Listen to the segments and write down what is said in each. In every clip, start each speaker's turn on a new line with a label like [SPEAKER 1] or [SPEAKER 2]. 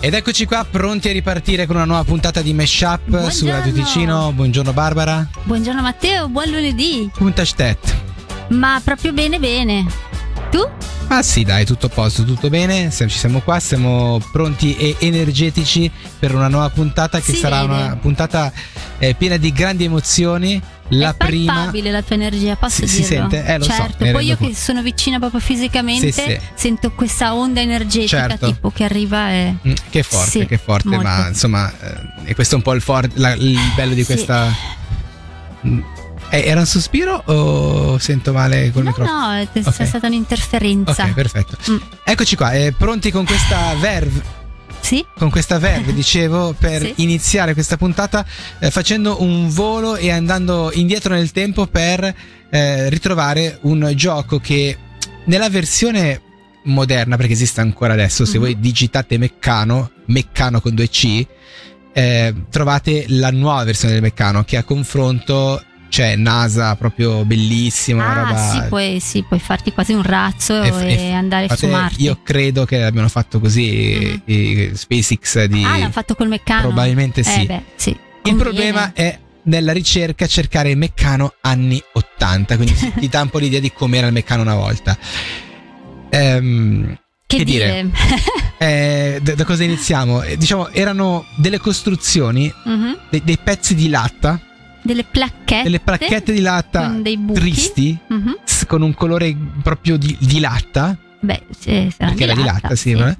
[SPEAKER 1] Ed eccoci qua, pronti a ripartire con una nuova puntata di Meshup su
[SPEAKER 2] Buongiorno.
[SPEAKER 1] Radio Ticino. Buongiorno Barbara.
[SPEAKER 2] Buongiorno Matteo, buon lunedì.
[SPEAKER 1] Puntastet.
[SPEAKER 2] Ma proprio bene bene. Tu?
[SPEAKER 1] Ah sì, dai, tutto a posto, tutto bene. Siamo- Ci siamo qua, siamo pronti e energetici per una nuova puntata che
[SPEAKER 2] Si
[SPEAKER 1] sarà
[SPEAKER 2] vede.
[SPEAKER 1] una puntata eh, piena di grandi emozioni. La
[SPEAKER 2] è
[SPEAKER 1] prima
[SPEAKER 2] palpabile la tua energia, posso
[SPEAKER 1] Sì, si
[SPEAKER 2] dirlo?
[SPEAKER 1] sente? Eh, lo so,
[SPEAKER 2] certo,
[SPEAKER 1] mi
[SPEAKER 2] poi
[SPEAKER 1] rendo
[SPEAKER 2] io che
[SPEAKER 1] conto.
[SPEAKER 2] sono vicina proprio fisicamente
[SPEAKER 1] Sì, sì.
[SPEAKER 2] sento questa onda energetica
[SPEAKER 1] Certo.
[SPEAKER 2] tipo che arriva e
[SPEAKER 1] Mm, Che forte,
[SPEAKER 2] Sì,
[SPEAKER 1] che forte,
[SPEAKER 2] molto. Eh,
[SPEAKER 1] ma insomma, eh, e questo è un po' il, for- la- il bello di
[SPEAKER 2] Sì.
[SPEAKER 1] questa. Mm, eh, era un sospiro o sento male col
[SPEAKER 2] No,
[SPEAKER 1] microfono?
[SPEAKER 2] no, è
[SPEAKER 1] Ok.
[SPEAKER 2] stata un'interferenza.
[SPEAKER 1] Ok, perfetto.
[SPEAKER 2] Mm.
[SPEAKER 1] Eccoci qua, eh, pronti con questa verve.
[SPEAKER 2] Sì?
[SPEAKER 1] Con questa verve, dicevo, per
[SPEAKER 2] Sì.
[SPEAKER 1] iniziare questa puntata eh, facendo un volo e andando indietro nel tempo per eh, ritrovare un gioco che nella versione moderna, perché esiste ancora adesso, se
[SPEAKER 2] Mhm.
[SPEAKER 1] voi digitate Meccano, Meccano con 2C, eh, trovate la nuova versione del Meccano che a confronto c'è NASA proprio bellissima, una
[SPEAKER 2] ah,
[SPEAKER 1] roba
[SPEAKER 2] sì puoi, sì, puoi farti quasi un razzo
[SPEAKER 1] E f-
[SPEAKER 2] e,
[SPEAKER 1] e f-
[SPEAKER 2] andare
[SPEAKER 1] Infatti,
[SPEAKER 2] su Marte.
[SPEAKER 1] Io credo che abbiano fatto così i SpaceX di
[SPEAKER 2] Mm-hmm. Ah, l'hanno fatto col meccano.
[SPEAKER 1] probabilmente sì.
[SPEAKER 2] Eh beh, sì.
[SPEAKER 1] Il
[SPEAKER 2] Conviene.
[SPEAKER 1] problema è nella ricerca cercare il meccano anni 80, quindi si- ti dà un po' l'idea di com'era il meccano una volta. Ehm,
[SPEAKER 2] che,
[SPEAKER 1] che
[SPEAKER 2] dire?
[SPEAKER 1] dire? eh, da da cosa iniziamo? Eh, Diciamo, erano delle costruzioni,
[SPEAKER 2] Mhm.
[SPEAKER 1] de- dei pezzi di latta,
[SPEAKER 2] Delle placchette.
[SPEAKER 1] delle placchette di latta
[SPEAKER 2] Eh, con dei buchi.
[SPEAKER 1] tristi,
[SPEAKER 2] Mhm.
[SPEAKER 1] s- con un colore proprio di- di latta,
[SPEAKER 2] Beh, sì, Mm. sarà
[SPEAKER 1] Perché era di latta, sì, ma-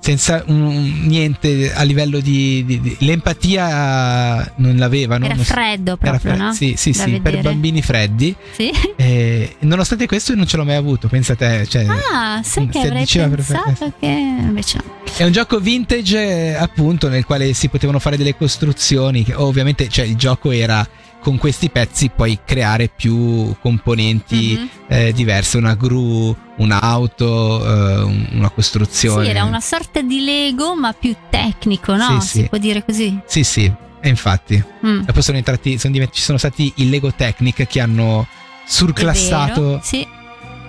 [SPEAKER 1] senza un- niente a livello di, di- di- l'empatia non l'avevano
[SPEAKER 2] Era
[SPEAKER 1] non so-
[SPEAKER 2] freddo
[SPEAKER 1] era
[SPEAKER 2] proprio,
[SPEAKER 1] fre-
[SPEAKER 2] no?
[SPEAKER 1] sì sì
[SPEAKER 2] Da
[SPEAKER 1] sì per
[SPEAKER 2] vedere.
[SPEAKER 1] bambini freddi
[SPEAKER 2] Sì.
[SPEAKER 1] Eh, nonostante questo io non ce l'ho mai avuto pensa te cioè,
[SPEAKER 2] Ah, sai che
[SPEAKER 1] Se
[SPEAKER 2] avrei
[SPEAKER 1] diceva per-
[SPEAKER 2] pensato che invece no.
[SPEAKER 1] è un gioco vintage eh, appunto nel quale si potevano fare delle costruzioni che ovviamente cioè, il gioco era con questi pezzi poi creare più componenti
[SPEAKER 2] Mhm.
[SPEAKER 1] eh, diverse una gru un'auto eh, un- una costruzione
[SPEAKER 2] Sì, era una sorta di Lego, ma più tecnico, no?
[SPEAKER 1] Sì,
[SPEAKER 2] si
[SPEAKER 1] sì.
[SPEAKER 2] può dire così.
[SPEAKER 1] sì sì e infatti
[SPEAKER 2] Mm.
[SPEAKER 1] E poi sono entrati, sono divent- ci sono stati i Lego Technic che hanno
[SPEAKER 2] È
[SPEAKER 1] surclassato
[SPEAKER 2] vero, Mm-hmm. Sì.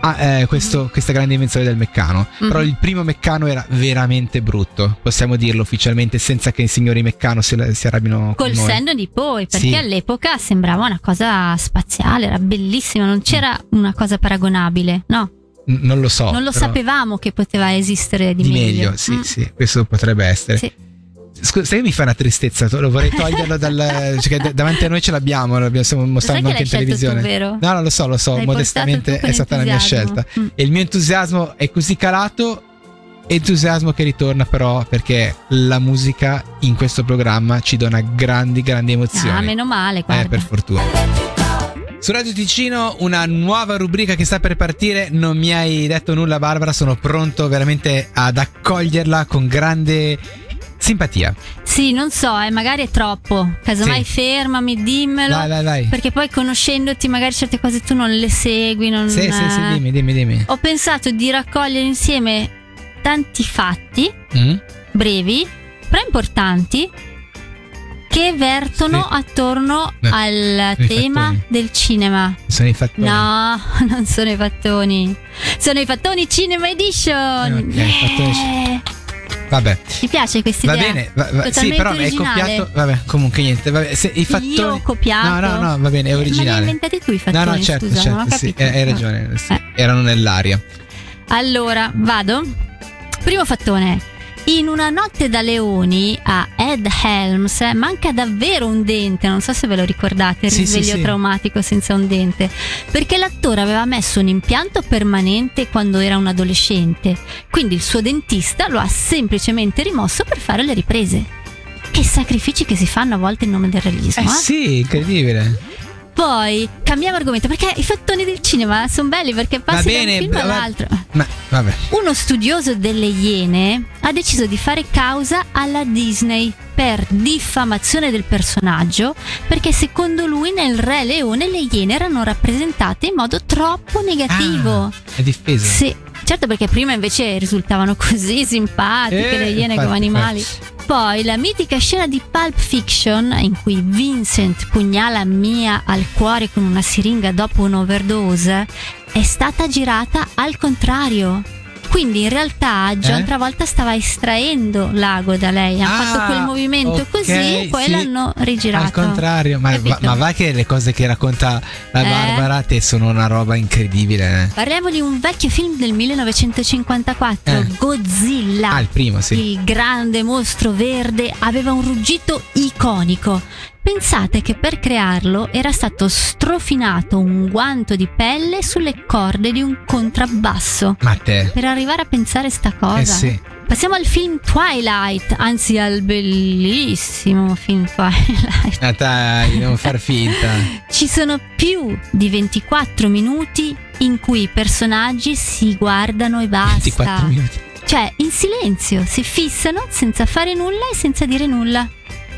[SPEAKER 1] ah, eh, questo- questa grande invenzione del meccano.
[SPEAKER 2] Mhm.
[SPEAKER 1] Però il primo meccano era veramente brutto, possiamo dirlo ufficialmente, senza che i signori meccano se la- si arrabbino con
[SPEAKER 2] Col
[SPEAKER 1] noi.
[SPEAKER 2] senno di poi, perché
[SPEAKER 1] Sì.
[SPEAKER 2] all'epoca sembrava una cosa spaziale, era bellissima, non c'era una cosa paragonabile, no?
[SPEAKER 1] N- non lo so.
[SPEAKER 2] non lo
[SPEAKER 1] però
[SPEAKER 2] sapevamo che poteva esistere di,
[SPEAKER 1] Di meglio, sì,
[SPEAKER 2] Mm.
[SPEAKER 1] sì, questo potrebbe essere.
[SPEAKER 2] Sì.
[SPEAKER 1] Scusa, sai che mi fa una tristezza? To- Lo vorrei toglierlo dal. cioè, che d- davanti a noi ce l'abbiamo, lo abbiamo- stiamo
[SPEAKER 2] Lo sai
[SPEAKER 1] mostrando
[SPEAKER 2] che l'hai
[SPEAKER 1] anche in
[SPEAKER 2] scelto
[SPEAKER 1] televisione.
[SPEAKER 2] tu, vero?
[SPEAKER 1] No, no, lo so, lo so,
[SPEAKER 2] L'hai
[SPEAKER 1] modestamente
[SPEAKER 2] portato tu con
[SPEAKER 1] è stata la mia
[SPEAKER 2] entusiasmo.
[SPEAKER 1] scelta.
[SPEAKER 2] Mm.
[SPEAKER 1] E il mio entusiasmo è così calato. Entusiasmo che ritorna però perché la musica in questo programma ci dona grandi, grandi
[SPEAKER 2] Ah,
[SPEAKER 1] emozioni.
[SPEAKER 2] meno male, guarda.
[SPEAKER 1] eh, per fortuna. Su Radio Ticino una nuova rubrica che sta per partire, non mi hai detto nulla Barbara, sono pronto veramente ad accoglierla con grande simpatia.
[SPEAKER 2] Sì, non so, eh, magari è troppo. Casomai
[SPEAKER 1] Sì.
[SPEAKER 2] fermami, dimmelo.
[SPEAKER 1] Vai, vai, vai.
[SPEAKER 2] Perché poi conoscendoti magari certe cose tu non le segui. Non,
[SPEAKER 1] Sì, sì, sì,
[SPEAKER 2] eh.
[SPEAKER 1] dimmi, dimmi, dimmi.
[SPEAKER 2] Ho pensato di raccogliere insieme tanti fatti
[SPEAKER 1] Mm?
[SPEAKER 2] brevi, però importanti, che vertono
[SPEAKER 1] Sì.
[SPEAKER 2] attorno
[SPEAKER 1] Eh,
[SPEAKER 2] al
[SPEAKER 1] i
[SPEAKER 2] tema
[SPEAKER 1] fattoni.
[SPEAKER 2] del cinema.
[SPEAKER 1] Sono i fattori.
[SPEAKER 2] No, non sono i fattoni. Sono i fattoni Cinema Edition.
[SPEAKER 1] Eh, Ok, fattoni
[SPEAKER 2] Yeah.
[SPEAKER 1] Vabbè.
[SPEAKER 2] Ti piace questa
[SPEAKER 1] Va
[SPEAKER 2] idea?
[SPEAKER 1] bene, va- va- sì,
[SPEAKER 2] Totalmente
[SPEAKER 1] però è
[SPEAKER 2] originale.
[SPEAKER 1] copiato. Vabbè, comunque niente. Vabbè, se i fattoni.
[SPEAKER 2] Io ho copiato.
[SPEAKER 1] No, no, no, va bene, è
[SPEAKER 2] Ma li hai
[SPEAKER 1] originale.
[SPEAKER 2] inventati tu i
[SPEAKER 1] No,
[SPEAKER 2] fattoni?
[SPEAKER 1] no, certo,
[SPEAKER 2] scusa, non ho
[SPEAKER 1] certo, sì,
[SPEAKER 2] capito.
[SPEAKER 1] eh, hai ragione. sì,
[SPEAKER 2] Eh.
[SPEAKER 1] Erano nell'aria.
[SPEAKER 2] Allora, vado. Primo fattone. In una notte da leoni a Ed Helms manca davvero un dente, non so se ve lo ricordate, il
[SPEAKER 1] Sì, sì,
[SPEAKER 2] risveglio
[SPEAKER 1] sì.
[SPEAKER 2] traumatico senza un dente, perché l'attore aveva messo un impianto permanente quando era un adolescente, quindi il suo dentista lo ha semplicemente rimosso per fare le riprese. Che sacrifici che si fanno a volte in nome del realismo.
[SPEAKER 1] Eh
[SPEAKER 2] eh?
[SPEAKER 1] sì, incredibile.
[SPEAKER 2] Poi cambiamo argomento perché i fattoni del cinema sono belli perché passi da
[SPEAKER 1] bene,
[SPEAKER 2] un film
[SPEAKER 1] va- va-
[SPEAKER 2] all'altro.
[SPEAKER 1] Ma vabbè.
[SPEAKER 2] Uno studioso delle Iene ha deciso di fare causa alla Disney per diffamazione del personaggio perché secondo lui nel Re Leone le Iene erano rappresentate in modo troppo negativo.
[SPEAKER 1] Ah, è difesa.
[SPEAKER 2] Sì, certo perché prima invece risultavano così simpatiche
[SPEAKER 1] Eh,
[SPEAKER 2] le Iene
[SPEAKER 1] infatti,
[SPEAKER 2] come animali. Poi la mitica scena di Pulp Fiction in cui Vincent pugnala Mia al cuore con una siringa dopo un'overdose è stata girata al contrario. Quindi in realtà John
[SPEAKER 1] Eh?
[SPEAKER 2] Travolta stava estraendo l'ago da lei, ha
[SPEAKER 1] Ah,
[SPEAKER 2] fatto quel movimento
[SPEAKER 1] ok,
[SPEAKER 2] così e poi
[SPEAKER 1] sì.
[SPEAKER 2] l'hanno rigirato.
[SPEAKER 1] Al contrario, ma,
[SPEAKER 2] Capito?
[SPEAKER 1] ma- ma va che le cose che racconta la
[SPEAKER 2] Eh?
[SPEAKER 1] Barbara te sono una roba incredibile. eh.
[SPEAKER 2] Parliamo di un vecchio film del 1954,
[SPEAKER 1] Eh.
[SPEAKER 2] Godzilla.
[SPEAKER 1] Ah, il primo, sì.
[SPEAKER 2] Il grande mostro verde aveva un ruggito iconico. Pensate che per crearlo era stato strofinato un guanto di pelle sulle corde di un contrabbasso.
[SPEAKER 1] Ma te.
[SPEAKER 2] Per arrivare a pensare sta cosa.
[SPEAKER 1] Eh sì.
[SPEAKER 2] Passiamo al film Twilight, anzi al bellissimo film Twilight.
[SPEAKER 1] Ah, dai, non far finta.
[SPEAKER 2] Ci sono più di 24 minuti in cui i personaggi si guardano e basta.
[SPEAKER 1] 24 minuti.
[SPEAKER 2] Cioè, in silenzio, si fissano senza fare nulla e senza dire nulla.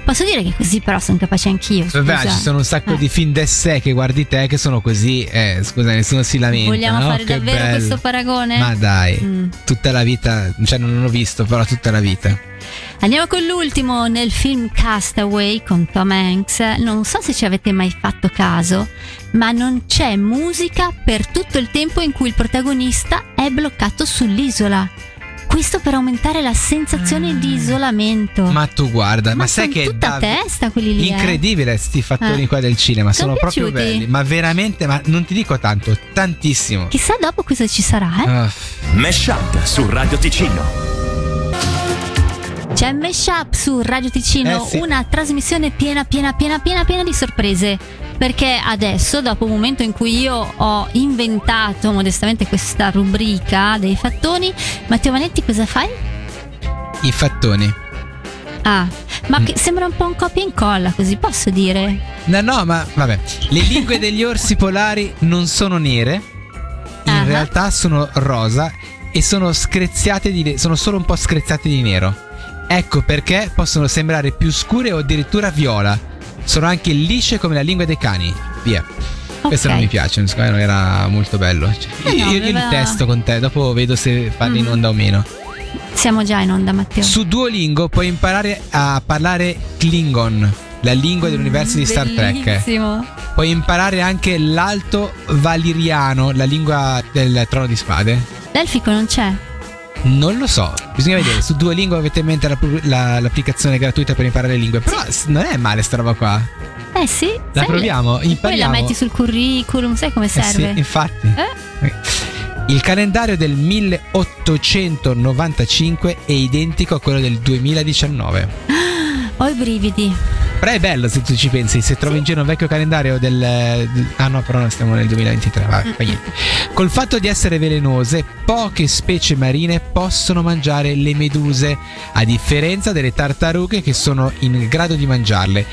[SPEAKER 2] Posso dire che così però sono capace anch'io. Scusa.
[SPEAKER 1] Cioè, Vabbè, ci sono un sacco
[SPEAKER 2] Eh.
[SPEAKER 1] di film de sé che guardi te che sono così. Eh, scusa, nessuno si lamenta.
[SPEAKER 2] Vogliamo
[SPEAKER 1] no?
[SPEAKER 2] fare
[SPEAKER 1] Che
[SPEAKER 2] davvero
[SPEAKER 1] bello.
[SPEAKER 2] questo paragone?
[SPEAKER 1] Ma dai,
[SPEAKER 2] Mm.
[SPEAKER 1] tutta la vita, cioè non l'ho visto, però tutta la vita.
[SPEAKER 2] Andiamo con l'ultimo nel film Castaway con Tom Hanks. Non so se ci avete mai fatto caso, ma non c'è musica per tutto il tempo in cui il protagonista è bloccato sull'isola. Questo per aumentare la sensazione
[SPEAKER 1] Ah.
[SPEAKER 2] di isolamento.
[SPEAKER 1] Ma tu guarda, ma,
[SPEAKER 2] Ma
[SPEAKER 1] sai
[SPEAKER 2] son
[SPEAKER 1] che
[SPEAKER 2] tutta
[SPEAKER 1] dav-
[SPEAKER 2] testa quelli lì, eh.
[SPEAKER 1] Incredibile sti fattori
[SPEAKER 2] Eh.
[SPEAKER 1] qua del cinema,
[SPEAKER 2] Son
[SPEAKER 1] sono proprio
[SPEAKER 2] piaciuti?
[SPEAKER 1] belli, ma veramente, ma non ti dico tanto, tantissimo.
[SPEAKER 2] Chissà dopo cosa ci sarà, eh?
[SPEAKER 1] Ah,
[SPEAKER 3] Mesh Up su Radio Ticino.
[SPEAKER 2] C'è Meshup su Radio Ticino,
[SPEAKER 1] Eh sì.
[SPEAKER 2] una trasmissione piena, piena, piena, piena, piena di sorprese. Perché adesso, dopo un momento in cui io ho inventato modestamente questa rubrica dei fattoni, Matteo Vanetti cosa fai?
[SPEAKER 1] I fattoni.
[SPEAKER 2] Ah, ma
[SPEAKER 1] Mm.
[SPEAKER 2] che sembra un po' un copia e incolla, così posso dire?
[SPEAKER 1] No, no, ma vabbè. Le lingue degli orsi polari non sono nere, in
[SPEAKER 2] Ah.
[SPEAKER 1] realtà sono rosa e sono screziate di sono solo un po' screziate di nero. Ecco perché possono sembrare più scure o addirittura viola. Sono anche lisce come la lingua dei cani. Via. Questo
[SPEAKER 2] Ok.
[SPEAKER 1] non mi piace, secondo me non era molto bello. Cioè,
[SPEAKER 2] Eh
[SPEAKER 1] io
[SPEAKER 2] no,
[SPEAKER 1] io
[SPEAKER 2] aveva-
[SPEAKER 1] li testo con te, dopo vedo se farli in
[SPEAKER 2] Mm.
[SPEAKER 1] onda o meno.
[SPEAKER 2] Siamo già in onda, Matteo.
[SPEAKER 1] Su Duolingo puoi imparare a parlare Klingon, la lingua dell'universo di Star Trek.
[SPEAKER 2] Bellissimo.
[SPEAKER 1] Puoi imparare anche l'alto valiriano, la lingua del trono di spade?
[SPEAKER 2] L'elfico non c'è.
[SPEAKER 1] Non lo so, bisogna vedere. Su Duolingo avete in mente la- la- l'applicazione gratuita per imparare le lingue. Però s- non è male sta roba qua.
[SPEAKER 2] Eh sì.
[SPEAKER 1] La
[SPEAKER 2] sai-
[SPEAKER 1] proviamo,
[SPEAKER 2] Poi la
[SPEAKER 1] impariamo.
[SPEAKER 2] metti sul curriculum, sai come
[SPEAKER 1] Eh sì,
[SPEAKER 2] serve? Eh?
[SPEAKER 1] infatti. Il calendario del 1895 è identico a quello del 2019.
[SPEAKER 2] Ho i brividi.
[SPEAKER 1] Però è bello se tu ci pensi, se trovi in giro un vecchio calendario del... Ah no, però noi stiamo nel 2023, vabbè, fa niente. Col fatto di essere velenose, poche specie marine possono mangiare le meduse, a differenza delle tartarughe che sono in grado di mangiarle.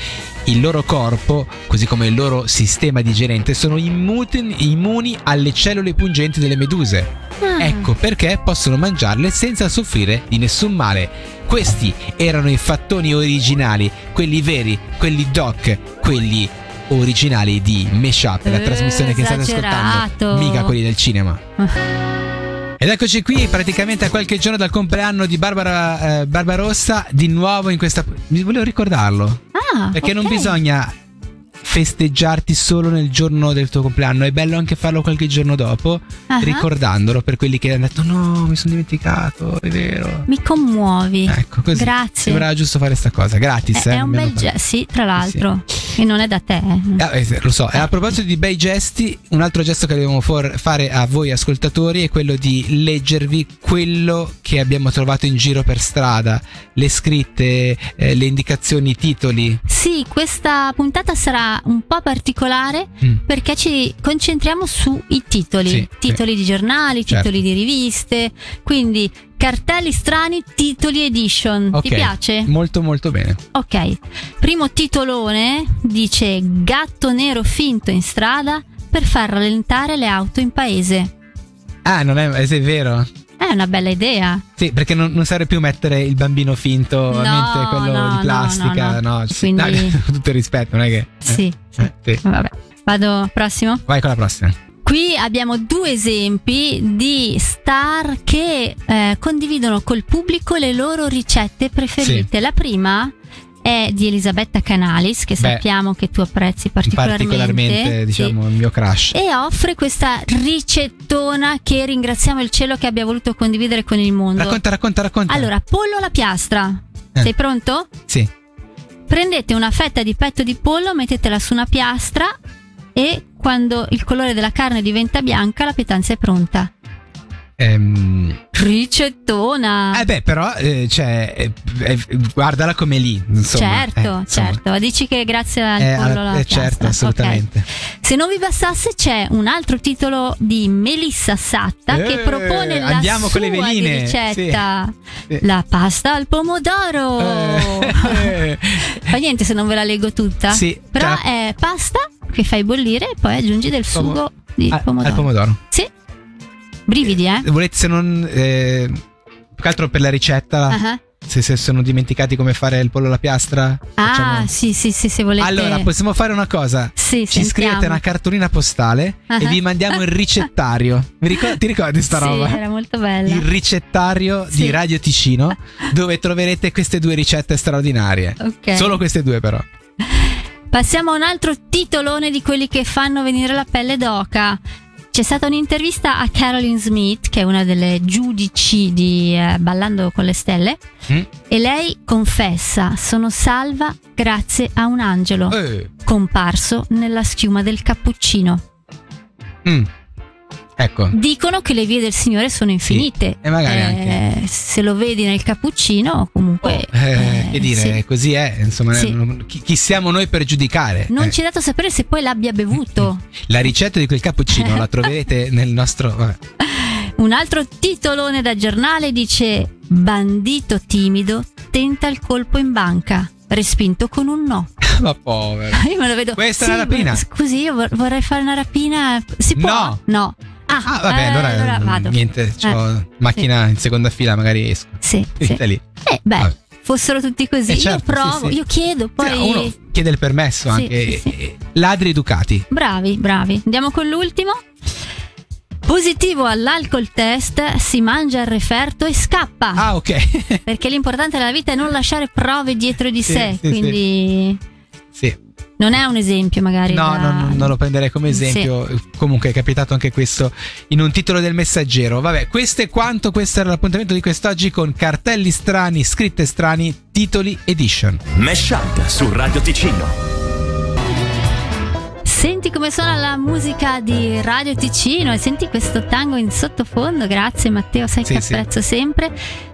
[SPEAKER 1] Il loro corpo, così come il loro sistema digerente, sono immuti- immuni alle cellule pungenti delle meduse.
[SPEAKER 2] Ah.
[SPEAKER 1] Ecco perché possono mangiarle senza soffrire di nessun male. Questi erano i fattoni originali, quelli veri, quelli doc, quelli originali di Meshup, la
[SPEAKER 2] Eh,
[SPEAKER 1] trasmissione che state ascoltando,
[SPEAKER 2] esagerato.
[SPEAKER 1] mica quelli del cinema. Ed eccoci qui, praticamente a qualche giorno dal compleanno di Barbara, eh, Barbarossa, di nuovo in questa... Mi volevo ricordarlo,
[SPEAKER 2] Ah,
[SPEAKER 1] perché non
[SPEAKER 2] ok.
[SPEAKER 1] bisogna festeggiarti solo nel giorno del tuo compleanno, è bello anche farlo qualche giorno dopo
[SPEAKER 2] Ah,
[SPEAKER 1] ricordandolo per quelli che hanno detto no mi sono dimenticato è vero
[SPEAKER 2] Mi commuovi.
[SPEAKER 1] ecco così
[SPEAKER 2] Grazie.
[SPEAKER 1] sembrava giusto fare sta cosa gratis
[SPEAKER 2] è,
[SPEAKER 1] eh,
[SPEAKER 2] è un
[SPEAKER 1] mi hanno
[SPEAKER 2] bel
[SPEAKER 1] fatto-
[SPEAKER 2] gesto, sì, tra l'altro. E non è da te. eh.
[SPEAKER 1] Ah, eh, sì, lo so, e a proposito di bei gesti, un altro gesto che dobbiamo for- fare a voi ascoltatori è quello di leggervi quello che abbiamo trovato in giro per strada, le scritte, eh, le indicazioni, i titoli.
[SPEAKER 2] Sì, questa puntata sarà un po' particolare
[SPEAKER 1] Mm.
[SPEAKER 2] perché ci concentriamo sui titoli.
[SPEAKER 1] Sì,
[SPEAKER 2] titoli di giornali,
[SPEAKER 1] Certo.
[SPEAKER 2] titoli di riviste. Quindi cartelli strani, titoli edition.
[SPEAKER 1] Ok.
[SPEAKER 2] Ti piace?
[SPEAKER 1] Molto molto bene.
[SPEAKER 2] Ok, primo titolone dice gatto nero finto in strada per far rallentare le auto in paese.
[SPEAKER 1] Ah, non è, eh, sì, è vero?
[SPEAKER 2] È una bella idea.
[SPEAKER 1] Sì, perché non, non serve più mettere il bambino finto,
[SPEAKER 2] No,
[SPEAKER 1] ovviamente quello
[SPEAKER 2] no,
[SPEAKER 1] di plastica,
[SPEAKER 2] no,
[SPEAKER 1] no,
[SPEAKER 2] no.
[SPEAKER 1] sì,
[SPEAKER 2] Quindi-
[SPEAKER 1] dai, tutto il rispetto, non è che... eh,
[SPEAKER 2] Sì.
[SPEAKER 1] eh, sì.
[SPEAKER 2] Vabbè. Vado prossimo.
[SPEAKER 1] Vai con la prossima.
[SPEAKER 2] Qui abbiamo due esempi di star che eh, condividono col pubblico le loro ricette preferite. La prima è di Elisabetta Canalis, che
[SPEAKER 1] Beh,
[SPEAKER 2] sappiamo che tu apprezzi particolarmente.
[SPEAKER 1] particolarmente
[SPEAKER 2] Sì. Eh,
[SPEAKER 1] diciamo il mio crush
[SPEAKER 2] E offre questa ricettona che ringraziamo il cielo che abbia voluto condividere con il mondo.
[SPEAKER 1] racconta racconta racconta
[SPEAKER 2] Allora, pollo alla piastra.
[SPEAKER 1] Eh.
[SPEAKER 2] Sei pronto?
[SPEAKER 1] sì
[SPEAKER 2] Prendete una fetta di petto di pollo, mettetela su una piastra e quando il colore della carne diventa bianca la pietanza è pronta.
[SPEAKER 1] Ehm,
[SPEAKER 2] Ricettona!
[SPEAKER 1] eh beh però eh, cioè, eh, eh, guardala come lì insomma
[SPEAKER 2] certo,
[SPEAKER 1] eh, insomma.
[SPEAKER 2] certo. Dici che grazie al
[SPEAKER 1] Eh,
[SPEAKER 2] pollo
[SPEAKER 1] alla-
[SPEAKER 2] alla
[SPEAKER 1] eh,
[SPEAKER 2] piastra.
[SPEAKER 1] certo
[SPEAKER 2] Ok.
[SPEAKER 1] assolutamente
[SPEAKER 2] Se non vi bastasse c'è un altro titolo di Melissa Satta che
[SPEAKER 1] Eh,
[SPEAKER 2] propone la
[SPEAKER 1] andiamo
[SPEAKER 2] sua
[SPEAKER 1] con le
[SPEAKER 2] di
[SPEAKER 1] veline,
[SPEAKER 2] ricetta.
[SPEAKER 1] sì.
[SPEAKER 2] La pasta al pomodoro.
[SPEAKER 1] Eh,
[SPEAKER 2] Fa niente se non ve la leggo tutta.
[SPEAKER 1] Sì,
[SPEAKER 2] Oh. Però
[SPEAKER 1] certo.
[SPEAKER 2] è pasta che fai bollire e poi aggiungi del
[SPEAKER 1] Pomo-
[SPEAKER 2] sugo di
[SPEAKER 1] al-
[SPEAKER 2] pomodoro.
[SPEAKER 1] al pomodoro
[SPEAKER 2] sì. Brividi, eh?
[SPEAKER 1] volete se non eh, più che altro per la ricetta
[SPEAKER 2] Ah,
[SPEAKER 1] se, se sono dimenticati come fare il pollo alla piastra
[SPEAKER 2] ah,
[SPEAKER 1] facciamo-
[SPEAKER 2] sì, sì, sì, se volete.
[SPEAKER 1] allora possiamo fare una cosa
[SPEAKER 2] sì,
[SPEAKER 1] ci scrivete
[SPEAKER 2] sentiamo.
[SPEAKER 1] una cartolina postale e
[SPEAKER 2] Ah.
[SPEAKER 1] vi mandiamo il ricettario Vi ricor- ti ricordi sta
[SPEAKER 2] Sì,
[SPEAKER 1] roba?
[SPEAKER 2] era molto bella.
[SPEAKER 1] il ricettario di
[SPEAKER 2] Sì.
[SPEAKER 1] Radio Ticino dove troverete queste due ricette straordinarie.
[SPEAKER 2] Ok.
[SPEAKER 1] Solo queste due però.
[SPEAKER 2] Passiamo a un altro titolone di quelli che fanno venire la pelle d'oca. C'è stata un'intervista a Carolyn Smith, che è una delle giudici di eh, Ballando con le Stelle,
[SPEAKER 1] Mm.
[SPEAKER 2] e lei confessa: Sono salva grazie a un angelo
[SPEAKER 1] Eh,
[SPEAKER 2] comparso nella schiuma del cappuccino.
[SPEAKER 1] mm. Ecco.
[SPEAKER 2] Dicono che le vie del Signore sono infinite. Eh,
[SPEAKER 1] e magari anche.
[SPEAKER 2] Se lo vedi nel cappuccino, comunque.
[SPEAKER 1] Eh,
[SPEAKER 2] eh,
[SPEAKER 1] che dire,
[SPEAKER 2] sì.
[SPEAKER 1] così è, insomma,
[SPEAKER 2] Sì.
[SPEAKER 1] non- chi, chi siamo noi per giudicare?
[SPEAKER 2] Non
[SPEAKER 1] Eh,
[SPEAKER 2] ci è dato sapere se poi l'abbia bevuto.
[SPEAKER 1] La ricetta di quel cappuccino la troverete nel nostro... eh, vabbè.
[SPEAKER 2] Un altro titolone da giornale dice: Bandito timido tenta il colpo in banca, respinto con un no. Ah,
[SPEAKER 1] Ma povero.
[SPEAKER 2] Io me lo vedo.
[SPEAKER 1] Questa è una
[SPEAKER 2] ma-
[SPEAKER 1] rapina."
[SPEAKER 2] Scusi, io vor- vorrei fare una rapina. Si può?
[SPEAKER 1] No.
[SPEAKER 2] No. Ah,
[SPEAKER 1] Ah, vabbè,
[SPEAKER 2] eh,
[SPEAKER 1] allora, mm,
[SPEAKER 2] vado.
[SPEAKER 1] niente, c'ho macchina in seconda fila, magari esco.
[SPEAKER 2] Sì, sì.
[SPEAKER 1] Finita lì.
[SPEAKER 2] Eh, beh,
[SPEAKER 1] Vabbè.
[SPEAKER 2] fossero tutti così.
[SPEAKER 1] Ah. Eh, certo,
[SPEAKER 2] io provo,
[SPEAKER 1] sì, sì.
[SPEAKER 2] io chiedo, poi.
[SPEAKER 1] Sì, Uno chiede il permesso
[SPEAKER 2] Sì,
[SPEAKER 1] anche.
[SPEAKER 2] sì, sì.
[SPEAKER 1] eh, Ladri educati.
[SPEAKER 2] Bravi, bravi. Andiamo con l'ultimo. Positivo all'alcol test, si mangia il referto e scappa.
[SPEAKER 1] Ah, ok.
[SPEAKER 2] Perché l'importante della vita è non lasciare prove dietro di
[SPEAKER 1] Sì,
[SPEAKER 2] sé.
[SPEAKER 1] sì,
[SPEAKER 2] quindi
[SPEAKER 1] sì.
[SPEAKER 2] non è un esempio, magari.
[SPEAKER 1] No,
[SPEAKER 2] da-
[SPEAKER 1] no, no, non lo prenderei come
[SPEAKER 2] Sì.
[SPEAKER 1] esempio. Comunque è capitato anche questo in un titolo del messaggero. Vabbè, questo è quanto. Questo era l'appuntamento di quest'oggi con cartelli strani, scritte strani, titoli edition.
[SPEAKER 3] Mesh Up su Radio Ticino.
[SPEAKER 2] Senti come suona la musica di Radio Ticino e senti questo tango in sottofondo. Grazie, Matteo. Sai
[SPEAKER 1] Sì,
[SPEAKER 2] che
[SPEAKER 1] sì.
[SPEAKER 2] apprezzo sempre.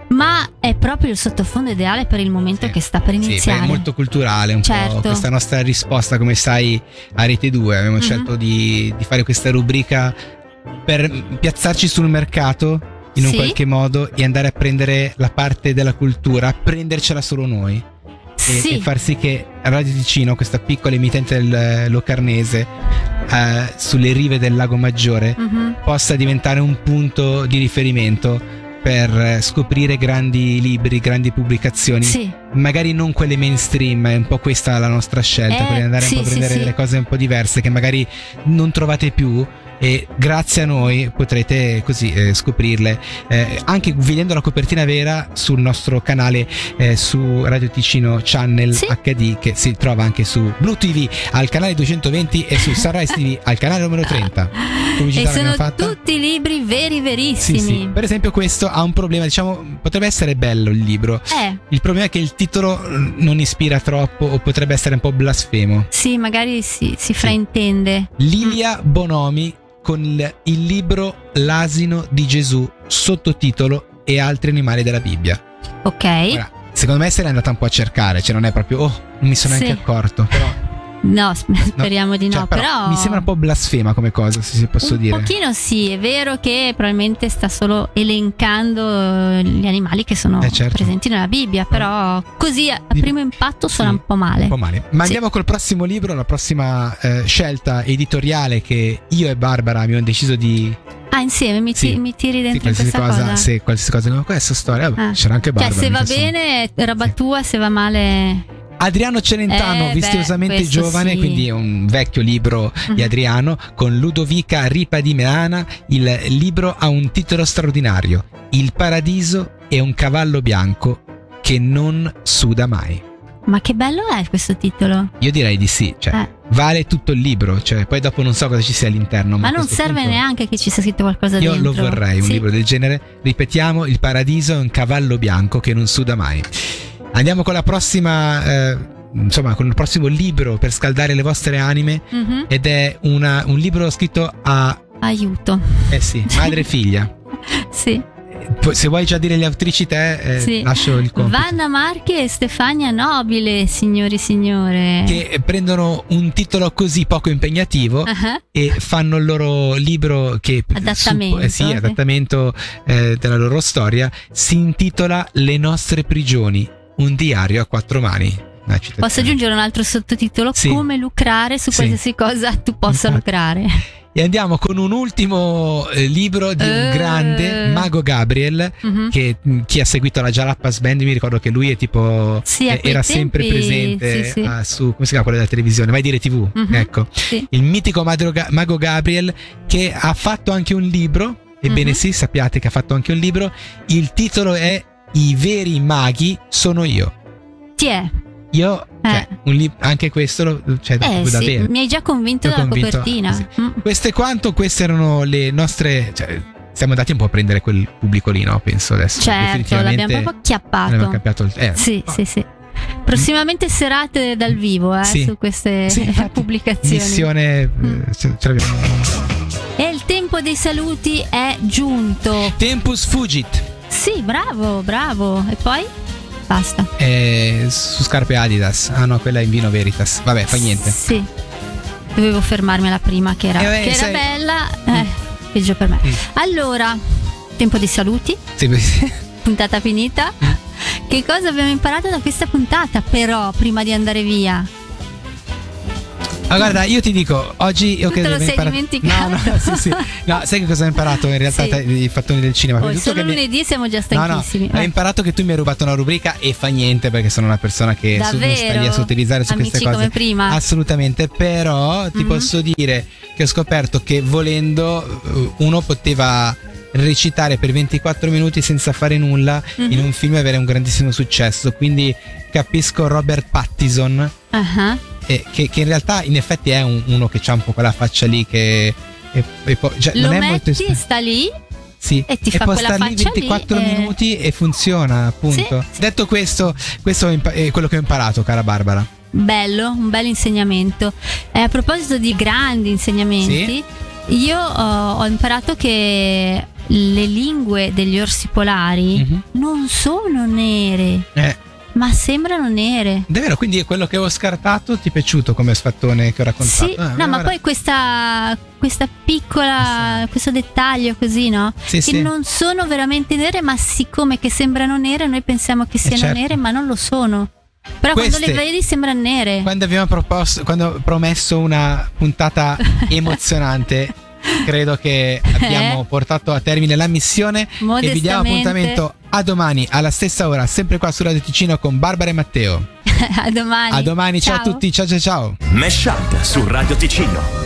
[SPEAKER 2] Ma è proprio il sottofondo ideale per il momento
[SPEAKER 1] Sì.
[SPEAKER 2] che sta per
[SPEAKER 1] Sì,
[SPEAKER 2] iniziare.
[SPEAKER 1] è molto culturale un po'
[SPEAKER 2] Certo.
[SPEAKER 1] questa nostra risposta, come sai, a Rete 2. Abbiamo
[SPEAKER 2] Mhm.
[SPEAKER 1] scelto di, di fare questa rubrica per piazzarci sul mercato in un
[SPEAKER 2] Sì.
[SPEAKER 1] qualche modo e andare a prendere la parte della cultura, prendercela solo noi. e,
[SPEAKER 2] sì.
[SPEAKER 1] e far sì che Radio Ticino, questa piccola emittente del eh, Locarnese, eh, sulle rive del Lago Maggiore,
[SPEAKER 2] Mhm.
[SPEAKER 1] possa diventare un punto di riferimento per eh, scoprire grandi libri, grandi pubblicazioni,
[SPEAKER 2] Sì.
[SPEAKER 1] magari non quelle mainstream, è un po' questa la nostra scelta,
[SPEAKER 2] Eh,
[SPEAKER 1] quella di andare un
[SPEAKER 2] sì,
[SPEAKER 1] po' a
[SPEAKER 2] sì,
[SPEAKER 1] prendere
[SPEAKER 2] sì.
[SPEAKER 1] delle cose un po' diverse che magari non trovate più e grazie a noi potrete così eh, scoprirle, eh, anche vedendo la copertina vera sul nostro canale eh, su Radio Ticino Channel
[SPEAKER 2] Sì.
[SPEAKER 1] HD che si trova anche su Blue TV al canale 220 e su Sunrise TV al canale numero 30.
[SPEAKER 2] Ah,
[SPEAKER 1] Pubblicità
[SPEAKER 2] E
[SPEAKER 1] l'abbiamo
[SPEAKER 2] sono
[SPEAKER 1] fatta?
[SPEAKER 2] tutti libri veri, verissimi.
[SPEAKER 1] Sì, sì. Per esempio, questo ha un problema. Diciamo, potrebbe essere bello il libro.
[SPEAKER 2] Eh,
[SPEAKER 1] Il problema è che il titolo eh, non ispira troppo o potrebbe essere un po' blasfemo.
[SPEAKER 2] sì, magari si, si fraintende.
[SPEAKER 1] Lilia
[SPEAKER 2] Mm.
[SPEAKER 1] Bonomi con il, il libro L'asino di Gesù, sottotitolo e altri animali della Bibbia.
[SPEAKER 2] Ok.
[SPEAKER 1] Ora, secondo me se l'è andata un po' a cercare, cioè non è proprio oh, non mi sono
[SPEAKER 2] Sì.
[SPEAKER 1] neanche accorto. Però,
[SPEAKER 2] No, sp- speriamo di no,
[SPEAKER 1] cioè,
[SPEAKER 2] però,
[SPEAKER 1] mi sembra un po' blasfema come cosa, se si posso
[SPEAKER 2] un
[SPEAKER 1] dire.
[SPEAKER 2] pochino sì, è vero che probabilmente sta solo elencando eh, gli animali che sono
[SPEAKER 1] Eh, certo.
[SPEAKER 2] presenti nella Bibbia, però così a a
[SPEAKER 1] Di-
[SPEAKER 2] primo impatto suona
[SPEAKER 1] sì,
[SPEAKER 2] un po' male.
[SPEAKER 1] Un po' male. Ma
[SPEAKER 2] Sì.
[SPEAKER 1] andiamo col prossimo libro, la prossima eh, scelta editoriale che io e Barbara abbiamo deciso di.
[SPEAKER 2] Ah, insieme mi, ti-
[SPEAKER 1] Sì.
[SPEAKER 2] mi tiri
[SPEAKER 1] Sì,
[SPEAKER 2] dentro
[SPEAKER 1] qualsiasi
[SPEAKER 2] questa
[SPEAKER 1] cosa,
[SPEAKER 2] cosa.
[SPEAKER 1] Se qualsiasi cosa. No, questa storia. vabbè,
[SPEAKER 2] Ah.
[SPEAKER 1] C'era anche
[SPEAKER 2] Cioè,
[SPEAKER 1] Barbara.
[SPEAKER 2] se va
[SPEAKER 1] mica sono-
[SPEAKER 2] bene è roba
[SPEAKER 1] Sì.
[SPEAKER 2] tua, se va male...
[SPEAKER 1] Adriano Celentano,
[SPEAKER 2] Eh, beh,
[SPEAKER 1] visteriosamente
[SPEAKER 2] questo
[SPEAKER 1] giovane,
[SPEAKER 2] sì.
[SPEAKER 1] quindi è un vecchio libro di
[SPEAKER 2] Mhm.
[SPEAKER 1] Adriano, con Ludovica Ripa di Meana, il libro ha un titolo straordinario, Il paradiso è un cavallo bianco che non suda mai.
[SPEAKER 2] Ma che bello è questo titolo?
[SPEAKER 1] Io direi di sì, cioè,
[SPEAKER 2] Eh.
[SPEAKER 1] vale tutto il libro, cioè, poi dopo non so cosa ci sia all'interno. Ma,
[SPEAKER 2] Ma
[SPEAKER 1] a
[SPEAKER 2] non
[SPEAKER 1] questo
[SPEAKER 2] serve
[SPEAKER 1] punto
[SPEAKER 2] neanche che ci sia scritto qualcosa
[SPEAKER 1] Io
[SPEAKER 2] dentro.
[SPEAKER 1] lo vorrei, un
[SPEAKER 2] Sì.
[SPEAKER 1] libro del genere. Ripetiamo, il paradiso è un cavallo bianco che non suda mai. Andiamo con la prossima, eh, insomma, con il prossimo libro per scaldare le vostre anime
[SPEAKER 2] Mhm.
[SPEAKER 1] ed è una- un libro scritto a,
[SPEAKER 2] Aiuto.
[SPEAKER 1] eh sì, madre e figlia.
[SPEAKER 2] Sì.
[SPEAKER 1] Pu- Se vuoi già dire le autrici te, eh,
[SPEAKER 2] Sì.
[SPEAKER 1] lascio il compito.
[SPEAKER 2] Vanna Marchi e Stefania Nobile, signori signore.
[SPEAKER 1] Che prendono un titolo così poco impegnativo
[SPEAKER 2] Ah,
[SPEAKER 1] e fanno il loro libro che
[SPEAKER 2] Adattamento,
[SPEAKER 1] eh, sì,
[SPEAKER 2] sì.
[SPEAKER 1] adattamento eh, della loro storia si intitola Le nostre prigioni un diario a quattro mani Una citazione.
[SPEAKER 2] Posso aggiungere un altro sottotitolo?
[SPEAKER 1] Sì.
[SPEAKER 2] Come lucrare su
[SPEAKER 1] Sì.
[SPEAKER 2] qualsiasi cosa tu possa
[SPEAKER 1] Infatti.
[SPEAKER 2] lucrare.
[SPEAKER 1] e andiamo con un ultimo eh, libro di un
[SPEAKER 2] Eh.
[SPEAKER 1] grande Mago Gabriel
[SPEAKER 2] Mhm.
[SPEAKER 1] che mh, chi ha seguito la Jalappas Band mi ricordo che lui è tipo
[SPEAKER 2] Sì, a
[SPEAKER 1] eh,
[SPEAKER 2] quei
[SPEAKER 1] era
[SPEAKER 2] tempi,
[SPEAKER 1] sempre presente
[SPEAKER 2] sì, sì.
[SPEAKER 1] ah, su come si chiama quella della televisione vai dire tv
[SPEAKER 2] Mhm.
[SPEAKER 1] ecco
[SPEAKER 2] Sì.
[SPEAKER 1] il mitico Madro Ga- mago Gabriel che ha fatto anche un libro. Ebbene
[SPEAKER 2] Mhm.
[SPEAKER 1] sì, sappiate che ha fatto anche un libro. Il titolo è I veri maghi sono io.
[SPEAKER 2] Ti è.
[SPEAKER 1] Io, cioè, un lib- anche questo lo, cioè, da,
[SPEAKER 2] Eh
[SPEAKER 1] da
[SPEAKER 2] sì,
[SPEAKER 1] bere.
[SPEAKER 2] mi hai già convinto
[SPEAKER 1] Io
[SPEAKER 2] dalla
[SPEAKER 1] convinto-
[SPEAKER 2] copertina.
[SPEAKER 1] sì.
[SPEAKER 2] Mm.
[SPEAKER 1] Questo è quanto, queste erano le nostre... Cioè, siamo andati un po' a prendere quel pubblico lì, no? Penso adesso.
[SPEAKER 2] Certo, l'abbiamo
[SPEAKER 1] Definitivamente
[SPEAKER 2] proprio acchiappato.
[SPEAKER 1] abbiamo cambiato il... eh,
[SPEAKER 2] Sì,
[SPEAKER 1] no.
[SPEAKER 2] sì, sì. Prossimamente serate dal vivo eh,
[SPEAKER 1] Sì.
[SPEAKER 2] su queste
[SPEAKER 1] Sì, infatti,
[SPEAKER 2] pubblicazioni.
[SPEAKER 1] Missione... eh,
[SPEAKER 2] Mm.
[SPEAKER 1] ce- ce l'abbiamo.
[SPEAKER 2] E il tempo dei saluti è giunto.
[SPEAKER 1] Tempus Fugit.
[SPEAKER 2] Sì, bravo, bravo. E poi? Basta.
[SPEAKER 1] eh, su scarpe Adidas. Ah no, quella è in vino Veritas. Vabbè, fa niente.
[SPEAKER 2] Sì. Dovevo fermarmi alla prima che era,
[SPEAKER 1] Eh, beh,
[SPEAKER 2] che era
[SPEAKER 1] sai-
[SPEAKER 2] bella. Eh, peggio per me.
[SPEAKER 1] Mm.
[SPEAKER 2] Allora, tempo dei saluti,
[SPEAKER 1] Sì, sì.
[SPEAKER 2] puntata finita.
[SPEAKER 1] Mm.
[SPEAKER 2] Che cosa abbiamo imparato da questa puntata? Però, prima di andare via,
[SPEAKER 1] Ah, guarda, io ti dico, oggi io
[SPEAKER 2] Tu te
[SPEAKER 1] credo
[SPEAKER 2] lo
[SPEAKER 1] di aver
[SPEAKER 2] sei
[SPEAKER 1] imparato- No, no,
[SPEAKER 2] dimenticato.
[SPEAKER 1] sì, sì. No, sai che cosa ho imparato in realtà
[SPEAKER 2] Sì.
[SPEAKER 1] dai- dei fattoni del cinema?
[SPEAKER 2] oh,
[SPEAKER 1] Tutto
[SPEAKER 2] solo
[SPEAKER 1] che mi-
[SPEAKER 2] lunedì siamo già
[SPEAKER 1] No, no,
[SPEAKER 2] stanchissimi.
[SPEAKER 1] ho
[SPEAKER 2] Eh.
[SPEAKER 1] imparato che tu mi hai rubato una rubrica e fa niente perché sono una persona che su- non sta lì a
[SPEAKER 2] Davvero?
[SPEAKER 1] sottilizzare su
[SPEAKER 2] Amici
[SPEAKER 1] queste cose. Ah,
[SPEAKER 2] come prima.
[SPEAKER 1] Assolutamente, però ti
[SPEAKER 2] Mhm.
[SPEAKER 1] posso dire che ho scoperto che volendo eh, uno poteva recitare per 24 minuti senza fare nulla
[SPEAKER 2] Mhm.
[SPEAKER 1] in un film e avere un grandissimo successo, quindi capisco Robert Pattinson
[SPEAKER 2] Ah,
[SPEAKER 1] eh, che, che in realtà in effetti è un- uno che ha un po' quella faccia lì che e- e poi- cioè,
[SPEAKER 2] Lo
[SPEAKER 1] non è molto
[SPEAKER 2] metti,
[SPEAKER 1] esp-
[SPEAKER 2] sta lì.
[SPEAKER 1] sì.
[SPEAKER 2] e ti fa
[SPEAKER 1] può
[SPEAKER 2] quella
[SPEAKER 1] star lì
[SPEAKER 2] faccia lì,
[SPEAKER 1] 24
[SPEAKER 2] eh.
[SPEAKER 1] minuti e funziona appunto
[SPEAKER 2] Sì, sì.
[SPEAKER 1] detto questo questo è impa- è quello che ho imparato cara Barbara
[SPEAKER 2] Bello, un bel insegnamento. E a proposito di grandi insegnamenti, io eh, ho, ho imparato che le lingue degli orsi polari
[SPEAKER 1] Mhm.
[SPEAKER 2] non sono nere,
[SPEAKER 1] Eh,
[SPEAKER 2] ma sembrano nere.
[SPEAKER 1] davvero quindi è quello che avevo scartato ti è piaciuto come sfattone che ho raccontato
[SPEAKER 2] Sì,
[SPEAKER 1] Eh,
[SPEAKER 2] no, ma
[SPEAKER 1] guarda.
[SPEAKER 2] poi questa, questa piccola, questo dettaglio così, no?
[SPEAKER 1] sì,
[SPEAKER 2] Che
[SPEAKER 1] Eh, sì.
[SPEAKER 2] non sono veramente nere, ma siccome che sembrano nere, noi pensiamo che siano
[SPEAKER 1] certo.
[SPEAKER 2] nere, ma non lo sono. Però quando
[SPEAKER 1] Queste-
[SPEAKER 2] le vedi sembrano nere.
[SPEAKER 1] quando abbiamo proposto quando ho promesso una puntata emozionante credo che abbiamo
[SPEAKER 2] Eh.
[SPEAKER 1] portato a termine la missione E vi diamo
[SPEAKER 2] Modestamente.
[SPEAKER 1] appuntamento a domani alla stessa ora, sempre qua su Radio Ticino con Barbara e Matteo.
[SPEAKER 2] a domani.
[SPEAKER 1] A domani, ciao, a
[SPEAKER 2] Ciao.
[SPEAKER 1] tutti, ciao ciao ciao.
[SPEAKER 3] Mesh Up su Radio Ticino.